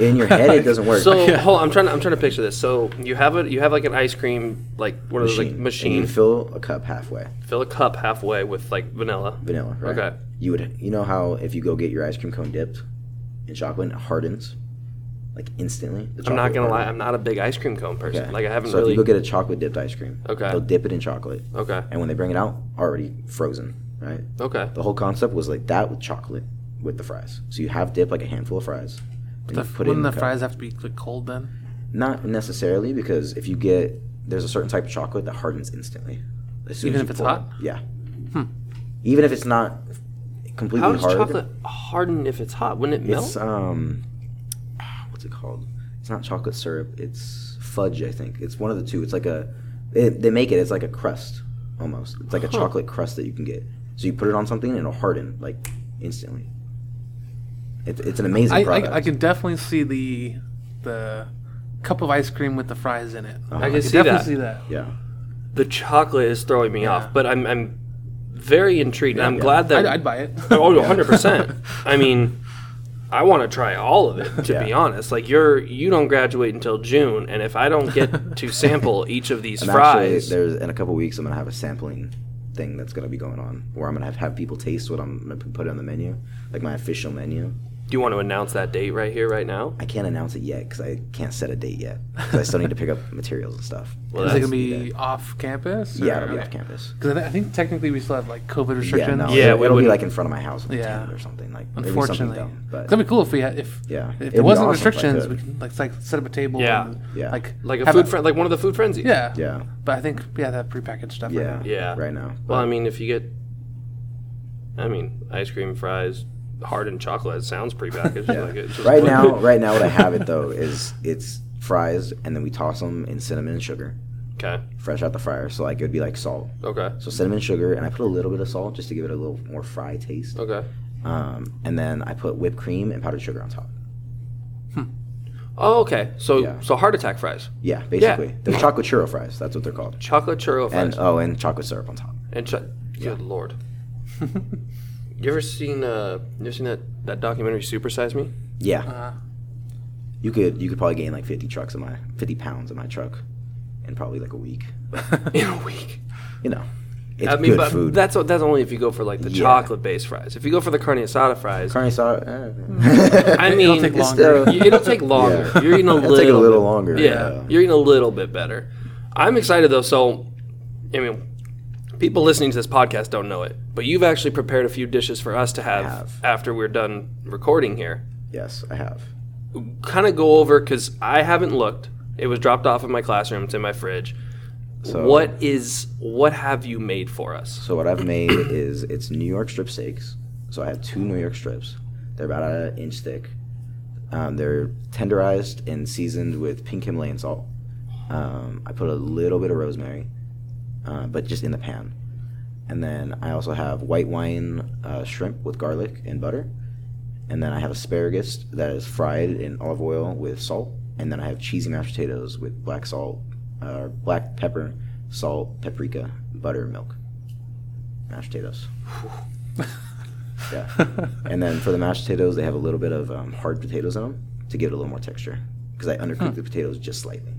[SPEAKER 3] in your head it doesn't work
[SPEAKER 1] So hold, on, I'm trying. To, I'm trying to picture this. So you have a you have like an ice cream like one of those like
[SPEAKER 3] machine. And
[SPEAKER 1] machine.
[SPEAKER 3] you fill a cup halfway,
[SPEAKER 1] Fill a cup halfway with like vanilla.
[SPEAKER 3] vanilla. Right?
[SPEAKER 1] Okay.
[SPEAKER 3] You would, you know how if you go get your ice cream cone dipped in chocolate, it hardens like instantly. The
[SPEAKER 1] I'm not
[SPEAKER 3] chocolate
[SPEAKER 1] gonna lie.
[SPEAKER 3] hardens.
[SPEAKER 1] I'm not a big ice cream cone person.
[SPEAKER 3] Okay.
[SPEAKER 1] Like I haven't
[SPEAKER 3] so
[SPEAKER 1] really.
[SPEAKER 3] if you go get a chocolate dipped ice cream,
[SPEAKER 1] Okay.
[SPEAKER 3] they'll dip it in chocolate,
[SPEAKER 1] okay.
[SPEAKER 3] and when they bring it out, already frozen. Right.
[SPEAKER 1] Okay.
[SPEAKER 3] The whole concept was like that with chocolate with the fries. So you have dip like a handful of fries. and
[SPEAKER 2] The,
[SPEAKER 3] you
[SPEAKER 2] wouldn't the
[SPEAKER 3] cup.
[SPEAKER 2] fries have to be like cold then?
[SPEAKER 3] Not necessarily because if you get there's a certain type of chocolate that hardens instantly. As soon
[SPEAKER 2] Even
[SPEAKER 3] as
[SPEAKER 2] if
[SPEAKER 3] you
[SPEAKER 2] it's
[SPEAKER 3] pour it.
[SPEAKER 2] hot?
[SPEAKER 3] Yeah.
[SPEAKER 1] Hmm.
[SPEAKER 3] Even if it's not completely
[SPEAKER 1] How does
[SPEAKER 3] hard.
[SPEAKER 1] chocolate harden if it's hot? Wouldn't it melt?
[SPEAKER 3] It's um what's it called? It's not chocolate syrup, it's fudge, I think. It's one of the two. It's like a they, they make it, it's like a crust almost. It's like a
[SPEAKER 1] Huh.
[SPEAKER 3] chocolate crust that you can get. So you put it on something and it'll harden like instantly. It, it's an amazing
[SPEAKER 2] I,
[SPEAKER 3] product.
[SPEAKER 2] I, I can definitely see the the cup of ice cream with the fries in it.
[SPEAKER 3] Uh-huh.
[SPEAKER 1] I can
[SPEAKER 2] I can
[SPEAKER 1] see
[SPEAKER 2] definitely
[SPEAKER 1] that.
[SPEAKER 2] see that.
[SPEAKER 3] yeah.
[SPEAKER 1] The chocolate is throwing me off, but I'm I'm very intrigued. and I'm
[SPEAKER 3] yeah.
[SPEAKER 1] glad that
[SPEAKER 2] I'd, I'd buy it.
[SPEAKER 1] Oh, 100%. I mean, I want to try all of it to be
[SPEAKER 3] Yeah.
[SPEAKER 1] honest. Like you're you don't graduate until June and if I don't get to sample each of these
[SPEAKER 3] I'm
[SPEAKER 1] fries,
[SPEAKER 3] actually there's in a couple weeks I'm gonna have a sampling thing that's gonna be going on where I'm gonna have, have people taste what I'm gonna put on the menu, like my official menu.
[SPEAKER 1] do you want to announce that date right here right now?
[SPEAKER 3] I can't announce it yet because I can't set a date yet 'cause I still need to pick up materials and stuff.
[SPEAKER 1] Well,
[SPEAKER 2] Is it gonna
[SPEAKER 1] that's,
[SPEAKER 2] be off campus?
[SPEAKER 3] yeah, it'll be off campus.
[SPEAKER 2] Because I think technically we still have like COVID restrictions.
[SPEAKER 3] Yeah, no,
[SPEAKER 1] Yeah,
[SPEAKER 3] it'll,
[SPEAKER 1] we
[SPEAKER 3] it'll be
[SPEAKER 1] wouldn't-
[SPEAKER 3] like in front of my house with a
[SPEAKER 2] Yeah.
[SPEAKER 3] tent or something like maybe something
[SPEAKER 2] Unfortunately,
[SPEAKER 3] dumb, but
[SPEAKER 2] that'd be cool if we had if
[SPEAKER 3] Yeah.
[SPEAKER 2] if
[SPEAKER 3] It'd
[SPEAKER 2] there
[SPEAKER 3] be
[SPEAKER 2] wasn't
[SPEAKER 3] awesome if I
[SPEAKER 2] restrictions,
[SPEAKER 3] could.
[SPEAKER 2] we could like, like set up a table.
[SPEAKER 1] Yeah.
[SPEAKER 2] and,
[SPEAKER 3] Yeah.
[SPEAKER 2] Like
[SPEAKER 1] like a
[SPEAKER 2] have
[SPEAKER 1] food fren- like one of the food frenzies.
[SPEAKER 2] Yeah.
[SPEAKER 3] yeah,
[SPEAKER 2] But I think yeah, that prepackaged stuff. right
[SPEAKER 3] yeah,
[SPEAKER 2] now.
[SPEAKER 1] Yeah.
[SPEAKER 3] right now.
[SPEAKER 1] Well, I
[SPEAKER 3] but-
[SPEAKER 1] mean, if you get I mean, ice cream fries, hardened chocolate it sounds prepackaged
[SPEAKER 3] Yeah.
[SPEAKER 1] like it's just
[SPEAKER 3] right
[SPEAKER 1] like-
[SPEAKER 3] now, right now, what I have it though is it's fries and then we toss them in cinnamon and sugar,
[SPEAKER 1] Okay.
[SPEAKER 3] fresh out the fryer. So like it would be like salt.
[SPEAKER 1] Okay.
[SPEAKER 3] So cinnamon sugar, and I put a little bit of salt just to give it a little more fry taste.
[SPEAKER 1] Okay.
[SPEAKER 3] Um, and then I put whipped cream and powdered sugar on top.
[SPEAKER 1] Oh, okay. So
[SPEAKER 3] Yeah.
[SPEAKER 1] so heart attack fries,
[SPEAKER 3] Yeah, basically, they're chocolate churro fries. That's what they're called.
[SPEAKER 1] chocolate churro fries,
[SPEAKER 3] And oh, and chocolate syrup on top.
[SPEAKER 1] And ch- good lord. you ever seen uh you ever seen that that documentary Supersize Me?
[SPEAKER 3] Yeah,
[SPEAKER 1] Oh.
[SPEAKER 2] Uh,
[SPEAKER 3] you could you could probably gain like fifty trucks in my fifty pounds in my truck, in probably like a week.
[SPEAKER 1] In a week.
[SPEAKER 3] You know, it's
[SPEAKER 1] I mean,
[SPEAKER 3] good
[SPEAKER 1] but
[SPEAKER 3] food.
[SPEAKER 1] that's o- that's only if you go for like the
[SPEAKER 3] Yeah.
[SPEAKER 1] chocolate based fries. If you go for the carne asada fries,
[SPEAKER 3] Carne asada.
[SPEAKER 1] I
[SPEAKER 3] Eh.
[SPEAKER 1] mean,
[SPEAKER 2] it'll take
[SPEAKER 1] it's-
[SPEAKER 2] longer.
[SPEAKER 3] uh,
[SPEAKER 1] y- it'll take longer. You're eating a
[SPEAKER 3] It'll
[SPEAKER 1] little,
[SPEAKER 3] take a little
[SPEAKER 1] bit-
[SPEAKER 3] longer,
[SPEAKER 1] Yeah,
[SPEAKER 3] yeah.
[SPEAKER 1] you're eating a little bit better. I'm excited though. So, I mean, people listening to this podcast don't know it, but you've actually prepared a few dishes for us to have,
[SPEAKER 3] have.
[SPEAKER 1] after we're done recording here.
[SPEAKER 3] yes, I have.
[SPEAKER 1] Kind of go over because I haven't looked. It was dropped off in my classroom. It's in my fridge.
[SPEAKER 3] So-
[SPEAKER 1] what is what have you made for us?
[SPEAKER 3] So what I've made is it's New York strip steaks. So I have two New York strips. They're about an inch thick. Um, they're tenderized and seasoned with pink Himalayan salt. Um, I put a little bit of rosemary, uh, but just in the pan. And then I also have white wine uh, shrimp with garlic and butter. And then I have asparagus that is fried in olive oil with salt. And then I have cheesy mashed potatoes with black salt, uh, black pepper, salt, paprika, butter, and milk. Mashed potatoes. yeah. And then for the mashed potatoes, they have a little bit of um, hard potatoes in them. to give it a little more texture because I undercooked the potatoes just slightly,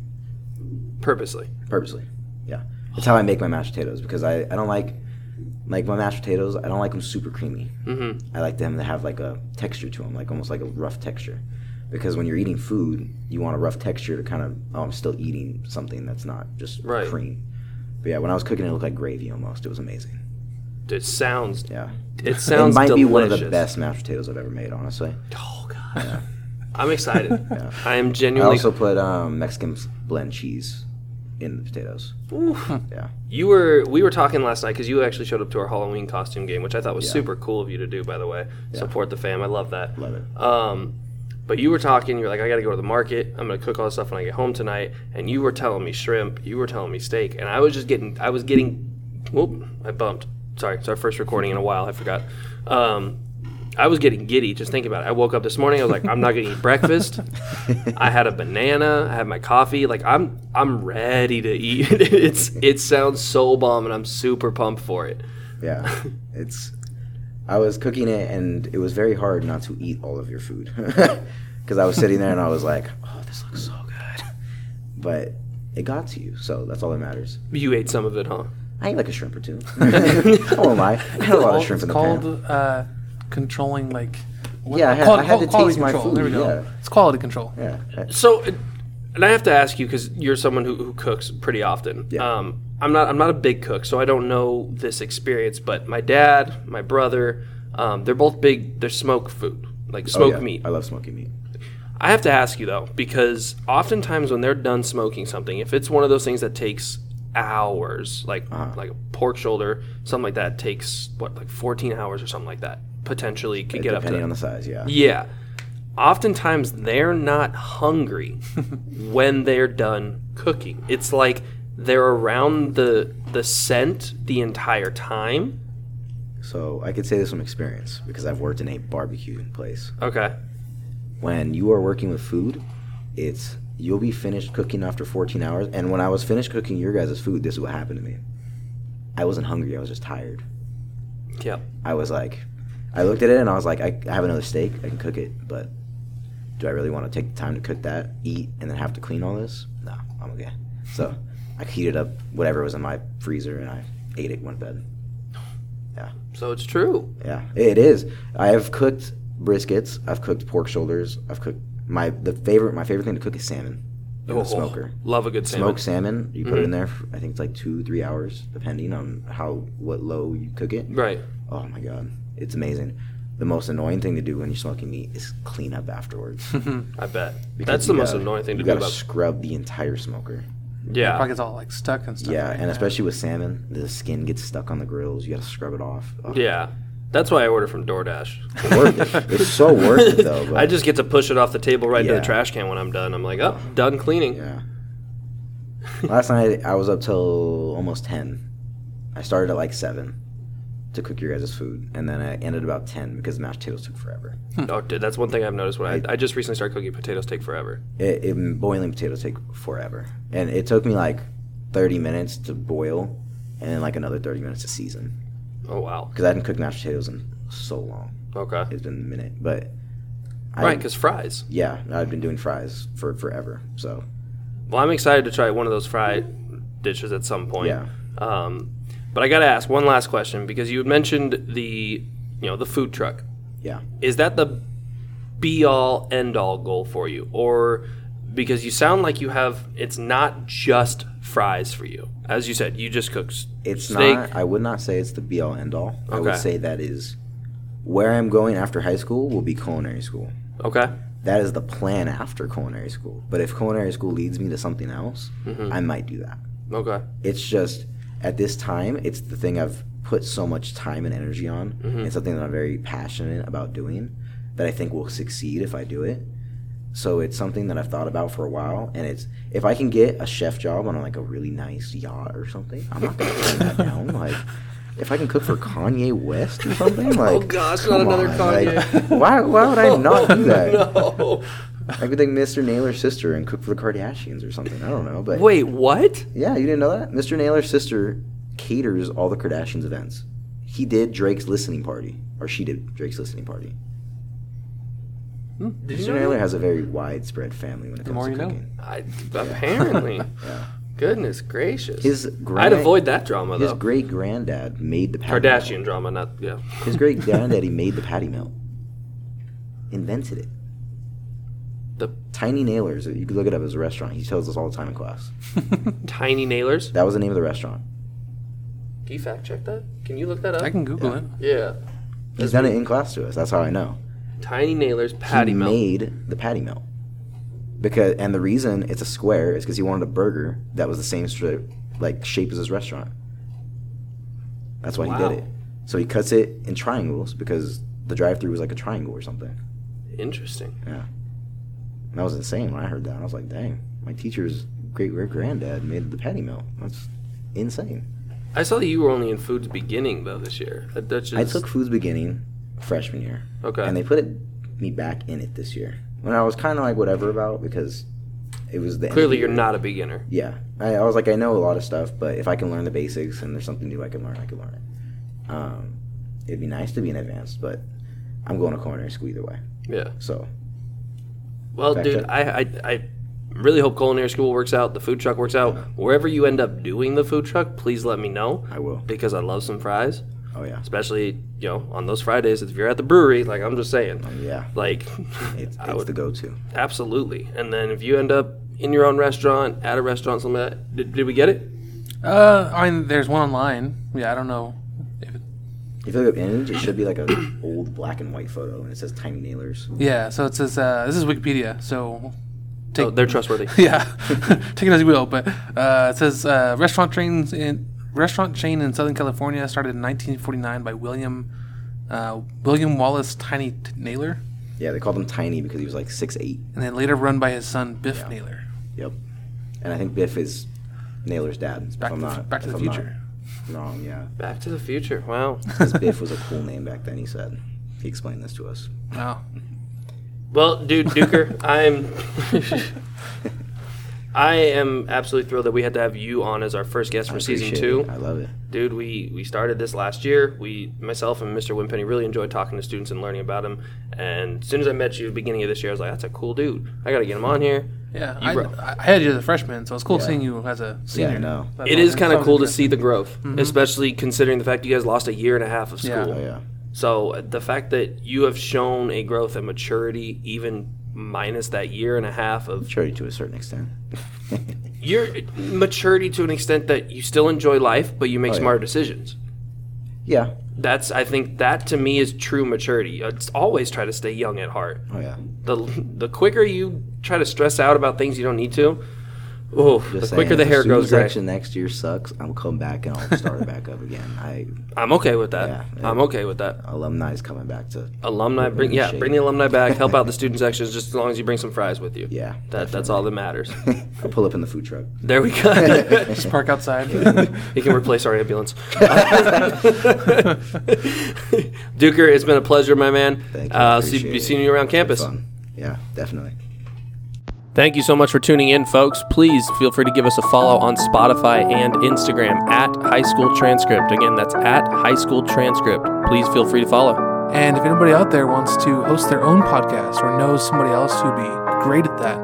[SPEAKER 1] purposely.
[SPEAKER 3] purposely. Yeah, that's how I make my mashed potatoes because I, I don't like like my mashed potatoes. I don't like them super creamy.
[SPEAKER 1] Mm-hmm.
[SPEAKER 3] I like them to have like a texture to them, like almost like a rough texture. Because when you're eating food, you want a rough texture to kind of, oh, I'm still eating something that's not just
[SPEAKER 1] Right.
[SPEAKER 3] cream. But yeah, when I was cooking, it looked like gravy almost. It was amazing.
[SPEAKER 1] It sounds.
[SPEAKER 3] Yeah.
[SPEAKER 1] It sounds.
[SPEAKER 3] it might
[SPEAKER 1] delicious.
[SPEAKER 3] be one of the best mashed potatoes I've ever made, honestly.
[SPEAKER 1] Oh god. I'm excited.
[SPEAKER 3] Yeah.
[SPEAKER 1] I am
[SPEAKER 3] I
[SPEAKER 1] genuinely.
[SPEAKER 3] also put um, Mexican blend cheese in the potatoes.
[SPEAKER 1] Oof.
[SPEAKER 3] Yeah.
[SPEAKER 1] You were we were talking last night because you actually showed up to our Halloween costume game, which I thought was
[SPEAKER 3] Yeah.
[SPEAKER 1] super cool of you to do. By the way, support the fam. I love that.
[SPEAKER 3] Love it.
[SPEAKER 1] Um, but you were talking. You're like, I got to go to the market. I'm gonna cook all this stuff when I get home tonight. And you were telling me shrimp. You were telling me steak. And I was just getting. I was getting. Whoop! I bumped. Sorry, it's our first recording in a while. I forgot. Um, I was getting giddy just thinking about it. I woke up this morning. I was like, I'm not gonna eat breakfast. I had a banana. I had my coffee. Like I'm, I'm ready to eat. it's, it sounds so bomb, and I'm super pumped for it.
[SPEAKER 3] Yeah. it's. I was cooking it, and it was very hard not to eat all of your food. Because I was sitting there and I was like, oh, this looks so good. But it got to you, so that's all that matters.
[SPEAKER 1] You ate some of it, huh?
[SPEAKER 3] I ate like a shrimp or two. I won't lie. I had a lot of shrimp in
[SPEAKER 2] it's
[SPEAKER 3] the
[SPEAKER 2] called
[SPEAKER 3] pan.
[SPEAKER 2] uh, controlling like. what-
[SPEAKER 3] Yeah, I had-
[SPEAKER 2] quali-
[SPEAKER 3] I had to
[SPEAKER 2] qual- quality
[SPEAKER 3] taste my
[SPEAKER 2] control. There we
[SPEAKER 3] food,
[SPEAKER 2] go.
[SPEAKER 3] yeah.
[SPEAKER 2] It's quality control.
[SPEAKER 3] Yeah. I- oh,
[SPEAKER 1] So, and I have to ask you because you're someone who, who cooks pretty often.
[SPEAKER 3] Yeah.
[SPEAKER 1] Um, I'm not. I'm not a big cook, so I don't know this experience. But my dad, my brother, um, they're both big. They're smoke food, like
[SPEAKER 3] oh,
[SPEAKER 1] smoked
[SPEAKER 3] yeah.
[SPEAKER 1] meat.
[SPEAKER 3] I love smoking meat.
[SPEAKER 1] I have to ask you though, because oftentimes when they're done smoking something, if it's one of those things that takes hours, like
[SPEAKER 3] Uh-huh.
[SPEAKER 1] like a pork shoulder, something like that takes what like 14 hours or something like that, potentially could get up to.
[SPEAKER 3] Depending
[SPEAKER 1] that.
[SPEAKER 3] on the size, yeah.
[SPEAKER 1] yeah. Oftentimes they're not hungry when they're done cooking. It's like they're around the the scent the entire time.
[SPEAKER 3] So I could say this from experience because I've worked in a barbecue place.
[SPEAKER 1] Okay.
[SPEAKER 3] When you are working with food, it's you'll be finished cooking after 14 hours. And when I was finished cooking your guys' food, this is what happened to me. I wasn't hungry. I was just tired.
[SPEAKER 1] Yep.
[SPEAKER 3] I was like, I looked at it and I was like, I, I have another steak. I can cook it, but do I really want to take the time to cook that, eat, and then have to clean all this? No, I'm okay. So I heated up whatever was in my freezer and I ate it, went to bed. Yeah.
[SPEAKER 1] So it's true.
[SPEAKER 3] Yeah, it is. I have cooked briskets. I've cooked pork shoulders. I've cooked my the favorite my favorite thing to cook is salmon in
[SPEAKER 1] Oh,
[SPEAKER 3] the smoker.
[SPEAKER 1] Love a good salmon. Mm-hmm.
[SPEAKER 3] Smoked salmon. You put it in there. For, I think it's like two three hours, depending on how what low you cook it.
[SPEAKER 1] Right.
[SPEAKER 3] Oh my god, it's amazing. The most annoying thing to do when you're smoking meat is clean up afterwards.
[SPEAKER 1] I bet.
[SPEAKER 3] Because
[SPEAKER 1] That's the
[SPEAKER 3] you
[SPEAKER 1] most
[SPEAKER 3] gotta-
[SPEAKER 1] annoying thing to
[SPEAKER 3] you
[SPEAKER 1] do
[SPEAKER 3] gotta
[SPEAKER 1] about
[SPEAKER 3] scrub the entire smoker.
[SPEAKER 1] Yeah.
[SPEAKER 2] Probably gets all like stuck and stuff.
[SPEAKER 3] Yeah,
[SPEAKER 2] right?
[SPEAKER 3] and especially with salmon, the skin gets stuck on the grills. You gotta scrub it off. Oh,
[SPEAKER 1] Yeah. That's why I order from DoorDash.
[SPEAKER 3] worth it. It's so worth it though. But,
[SPEAKER 1] I just get to push it off the table right to
[SPEAKER 3] Yeah.
[SPEAKER 1] the trash can when I'm done. I'm like, oh, done cleaning.
[SPEAKER 3] Yeah. Last night I was up till almost ten. I started at like seven to cook your guys' food, and then I ended about ten because mashed potatoes took forever.
[SPEAKER 1] Oh, dude, that's one thing I've noticed. When I, I just recently started cooking potatoes take forever.
[SPEAKER 3] It, it, boiling potatoes take forever, and it took me like thirty minutes to boil, and then like another thirty minutes to season
[SPEAKER 1] Oh wow.
[SPEAKER 3] because I hadn't cooked mashed potatoes in so long.
[SPEAKER 1] Okay.
[SPEAKER 3] It's been a minute, but I,
[SPEAKER 1] Right, because fries.
[SPEAKER 3] yeah, I've been doing fries for forever. So
[SPEAKER 1] Well, I'm excited to try one of those fry dishes at some point.
[SPEAKER 3] Yeah.
[SPEAKER 1] Um, but I gotta ask one last question because you had mentioned the, you know, the food truck.
[SPEAKER 3] yeah.
[SPEAKER 1] is that the be all end all goal for you or because you sound like you have it's not just fries for you as you said you just cook s-
[SPEAKER 3] It's
[SPEAKER 1] steak
[SPEAKER 3] not. I would not say it's the be all end all. I would
[SPEAKER 1] Okay.
[SPEAKER 3] say that is where I'm going after high school will be culinary school.
[SPEAKER 1] okay
[SPEAKER 3] That is the plan after culinary school. But if culinary school leads me to something else, I might do that.
[SPEAKER 1] okay
[SPEAKER 3] It's just at this time, it's the thing I've put so much time and energy on,
[SPEAKER 1] Mm-hmm.
[SPEAKER 3] and something that I'm very passionate about doing that I think will succeed if I do it. So it's something that I've thought about for a while, and it's if I can get a chef job on like a really nice yacht or something, I'm not gonna turn that down. Like, if I can cook for Kanye West or something, like
[SPEAKER 1] Oh, gosh, not
[SPEAKER 3] come
[SPEAKER 1] another Oh,
[SPEAKER 3] Like, why why would I not do that?
[SPEAKER 1] no
[SPEAKER 3] I could think Mr. Naylor's sister and cook for the Kardashians or something. I don't know, but
[SPEAKER 1] wait what
[SPEAKER 3] yeah, you didn't know that? Mr. Naylor's sister caters all the Kardashians events. He did Drake's listening party, or she did Drake's listening party.
[SPEAKER 1] Hmm, Did you
[SPEAKER 3] Mr.
[SPEAKER 1] know?
[SPEAKER 3] Naylor has a very widespread family when it comes
[SPEAKER 2] more
[SPEAKER 3] to
[SPEAKER 2] you know.
[SPEAKER 3] cooking.
[SPEAKER 1] that? I, apparently.
[SPEAKER 3] Yeah.
[SPEAKER 1] Goodness gracious.
[SPEAKER 3] His
[SPEAKER 1] I'd
[SPEAKER 3] grand-
[SPEAKER 1] avoid that drama
[SPEAKER 3] His
[SPEAKER 1] though.
[SPEAKER 3] great granddad made the patty
[SPEAKER 1] Kardashian drama, not yeah.
[SPEAKER 3] Melt. His great granddaddy made the patty melt. Invented it.
[SPEAKER 1] The
[SPEAKER 3] Tiny Nailers. You can look it up as a restaurant. He tells us all the time in class.
[SPEAKER 1] tiny nailers.
[SPEAKER 3] That was the name of the restaurant.
[SPEAKER 1] Can you fact check that? Can you look that up?
[SPEAKER 2] I can Google
[SPEAKER 3] Yeah.
[SPEAKER 2] it.
[SPEAKER 1] yeah.
[SPEAKER 3] He's done it in class to us. That's how I know.
[SPEAKER 1] Tiny nailers patty
[SPEAKER 3] he
[SPEAKER 1] melt.
[SPEAKER 3] made the patty melt. Because and the reason it's a square is because he wanted a burger that was the same strip, like shape as his restaurant. That's why
[SPEAKER 1] Wow.
[SPEAKER 3] he did it. So he cuts it in triangles because the drive-through was like a triangle or something.
[SPEAKER 1] Interesting.
[SPEAKER 3] Yeah. And that was insane when I heard that. I was like, dang, my teacher's great great granddad made the patty melt. That's insane.
[SPEAKER 1] I saw that you were only in food's beginning though this year. That, that's just
[SPEAKER 3] I took foods beginning freshman year.
[SPEAKER 1] Okay.
[SPEAKER 3] And they put it, me back in it this year. When I was kind of like whatever about because it was the end of
[SPEAKER 1] Clearly
[SPEAKER 3] the
[SPEAKER 1] you're
[SPEAKER 3] year.
[SPEAKER 1] not a beginner.
[SPEAKER 3] Yeah, I, I was like I know a lot of stuff, but if I can learn the basics and there's something new I can learn, I can learn it. Um, it'd be nice to be in advanced, but I'm going to culinary school either way.
[SPEAKER 1] Yeah.
[SPEAKER 3] So
[SPEAKER 1] Well,
[SPEAKER 3] Fact
[SPEAKER 1] dude,
[SPEAKER 3] check.
[SPEAKER 1] I, I I really hope culinary school works out, the food truck works out. Wherever you end up doing the food truck, please let me know.
[SPEAKER 3] I will.
[SPEAKER 1] Because I love some fries.
[SPEAKER 3] Oh yeah,
[SPEAKER 1] Especially, you know, on those Fridays if you're at the brewery, like I'm just saying.
[SPEAKER 3] Um, yeah.
[SPEAKER 1] Like
[SPEAKER 3] It's,
[SPEAKER 1] I
[SPEAKER 3] it's
[SPEAKER 1] would-
[SPEAKER 3] the go-to.
[SPEAKER 1] Absolutely. And then if you end up in your own restaurant, at a restaurant, something like that, did, did we get it?
[SPEAKER 2] Uh, I mean, there's one online. Yeah, I don't know. If it,
[SPEAKER 3] If you look up image, it should be like an old black and white photo, and it says tiny nailers.
[SPEAKER 2] yeah, so it says uh, this is Wikipedia. So
[SPEAKER 1] Oh, they're trustworthy.
[SPEAKER 2] yeah, take it as you will. But uh, it says uh, restaurant chains in restaurant chain in Southern California started in 1949 by William uh, William Wallace Tiny T- Naylor,
[SPEAKER 3] Yeah, they called him tiny because he was like six eight.
[SPEAKER 2] and then later run by his son Biff Naylor.
[SPEAKER 3] Yep. And I think Biff is Naylor's dad.
[SPEAKER 2] Back
[SPEAKER 3] if I'm
[SPEAKER 2] to the,
[SPEAKER 3] not,
[SPEAKER 2] Back to
[SPEAKER 3] if
[SPEAKER 2] the
[SPEAKER 3] I'm not
[SPEAKER 2] Future.
[SPEAKER 3] wrong, yeah.
[SPEAKER 1] Back to the Future. Wow.
[SPEAKER 3] Because Biff was a cool name back then. He said he explained this to us.
[SPEAKER 2] Wow.
[SPEAKER 1] Well, dude, Duker, I'm. I am absolutely thrilled that we had to have you on as our first guest for
[SPEAKER 3] I
[SPEAKER 1] season
[SPEAKER 3] appreciate
[SPEAKER 1] two.
[SPEAKER 3] it. I love it.
[SPEAKER 1] Dude, we, we started this last year. We, myself and Mr. Wimpenny, really enjoyed talking to students and learning about him. And as soon as I met you at the beginning of this year, I was like, that's a cool dude. I got to get him on here.
[SPEAKER 2] Yeah,
[SPEAKER 1] You
[SPEAKER 2] I,
[SPEAKER 1] bro-
[SPEAKER 2] I- I had you as a freshman, so it's cool
[SPEAKER 3] Yeah.
[SPEAKER 2] seeing you as a senior.
[SPEAKER 3] know.
[SPEAKER 2] That's
[SPEAKER 1] It
[SPEAKER 2] all-
[SPEAKER 1] is kind of
[SPEAKER 2] that's all
[SPEAKER 1] cool to
[SPEAKER 2] good.
[SPEAKER 1] see the growth, especially considering the fact you guys lost a year and a half of school.
[SPEAKER 2] Yeah.
[SPEAKER 3] Oh Mm-hmm. yeah.
[SPEAKER 1] So uh, the fact that you have shown a growth and maturity, even minus that year and a half of
[SPEAKER 3] Maturity to a certain extent.
[SPEAKER 1] your maturity to an extent that you still enjoy life, but you make
[SPEAKER 3] Oh, yeah.
[SPEAKER 1] smarter decisions.
[SPEAKER 3] yeah.
[SPEAKER 1] That's I think that to me is true maturity. Uh, It's always try to stay young at heart.
[SPEAKER 3] Oh yeah.
[SPEAKER 1] The the quicker you try to stress out about things you don't need to, oh, the
[SPEAKER 3] Just
[SPEAKER 1] quicker
[SPEAKER 3] saying,
[SPEAKER 1] the
[SPEAKER 3] if
[SPEAKER 1] hair
[SPEAKER 3] student
[SPEAKER 1] goes gray.
[SPEAKER 3] Section next year sucks. I'll come back and I'll start it back up again. I
[SPEAKER 1] I'm okay with that.
[SPEAKER 3] Yeah, yeah.
[SPEAKER 1] I'm okay with that.
[SPEAKER 3] alumni is coming back to.
[SPEAKER 1] Alumni, bring yeah,
[SPEAKER 3] Shake.
[SPEAKER 1] bring the alumni back. Help out the student sections, just as long as you bring some fries with you.
[SPEAKER 3] Yeah,
[SPEAKER 1] that, that's all that matters. Oh.
[SPEAKER 3] I'll pull up in the food truck.
[SPEAKER 1] There we go.
[SPEAKER 2] Just park outside.
[SPEAKER 1] he can replace our ambulance. Duker, it's been a pleasure, my man.
[SPEAKER 3] Thank you.
[SPEAKER 1] Uh, see,
[SPEAKER 3] Appreciate
[SPEAKER 1] be
[SPEAKER 3] it.
[SPEAKER 1] seeing you around campus.
[SPEAKER 3] Fun. Yeah, definitely.
[SPEAKER 4] Thank you so much for tuning in, folks. Please feel free to give us a follow on Spotify and Instagram at High School Transcript. Again, that's at High School Transcript. Please feel free to follow.
[SPEAKER 2] And if anybody out there wants to host their own podcast or knows somebody else who'd be great at that,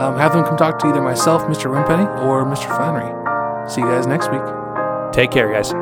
[SPEAKER 2] um, have them come talk to either myself, Mr. Wimpenny, or Mr. Flannery. See you guys next week.
[SPEAKER 4] Take care, guys.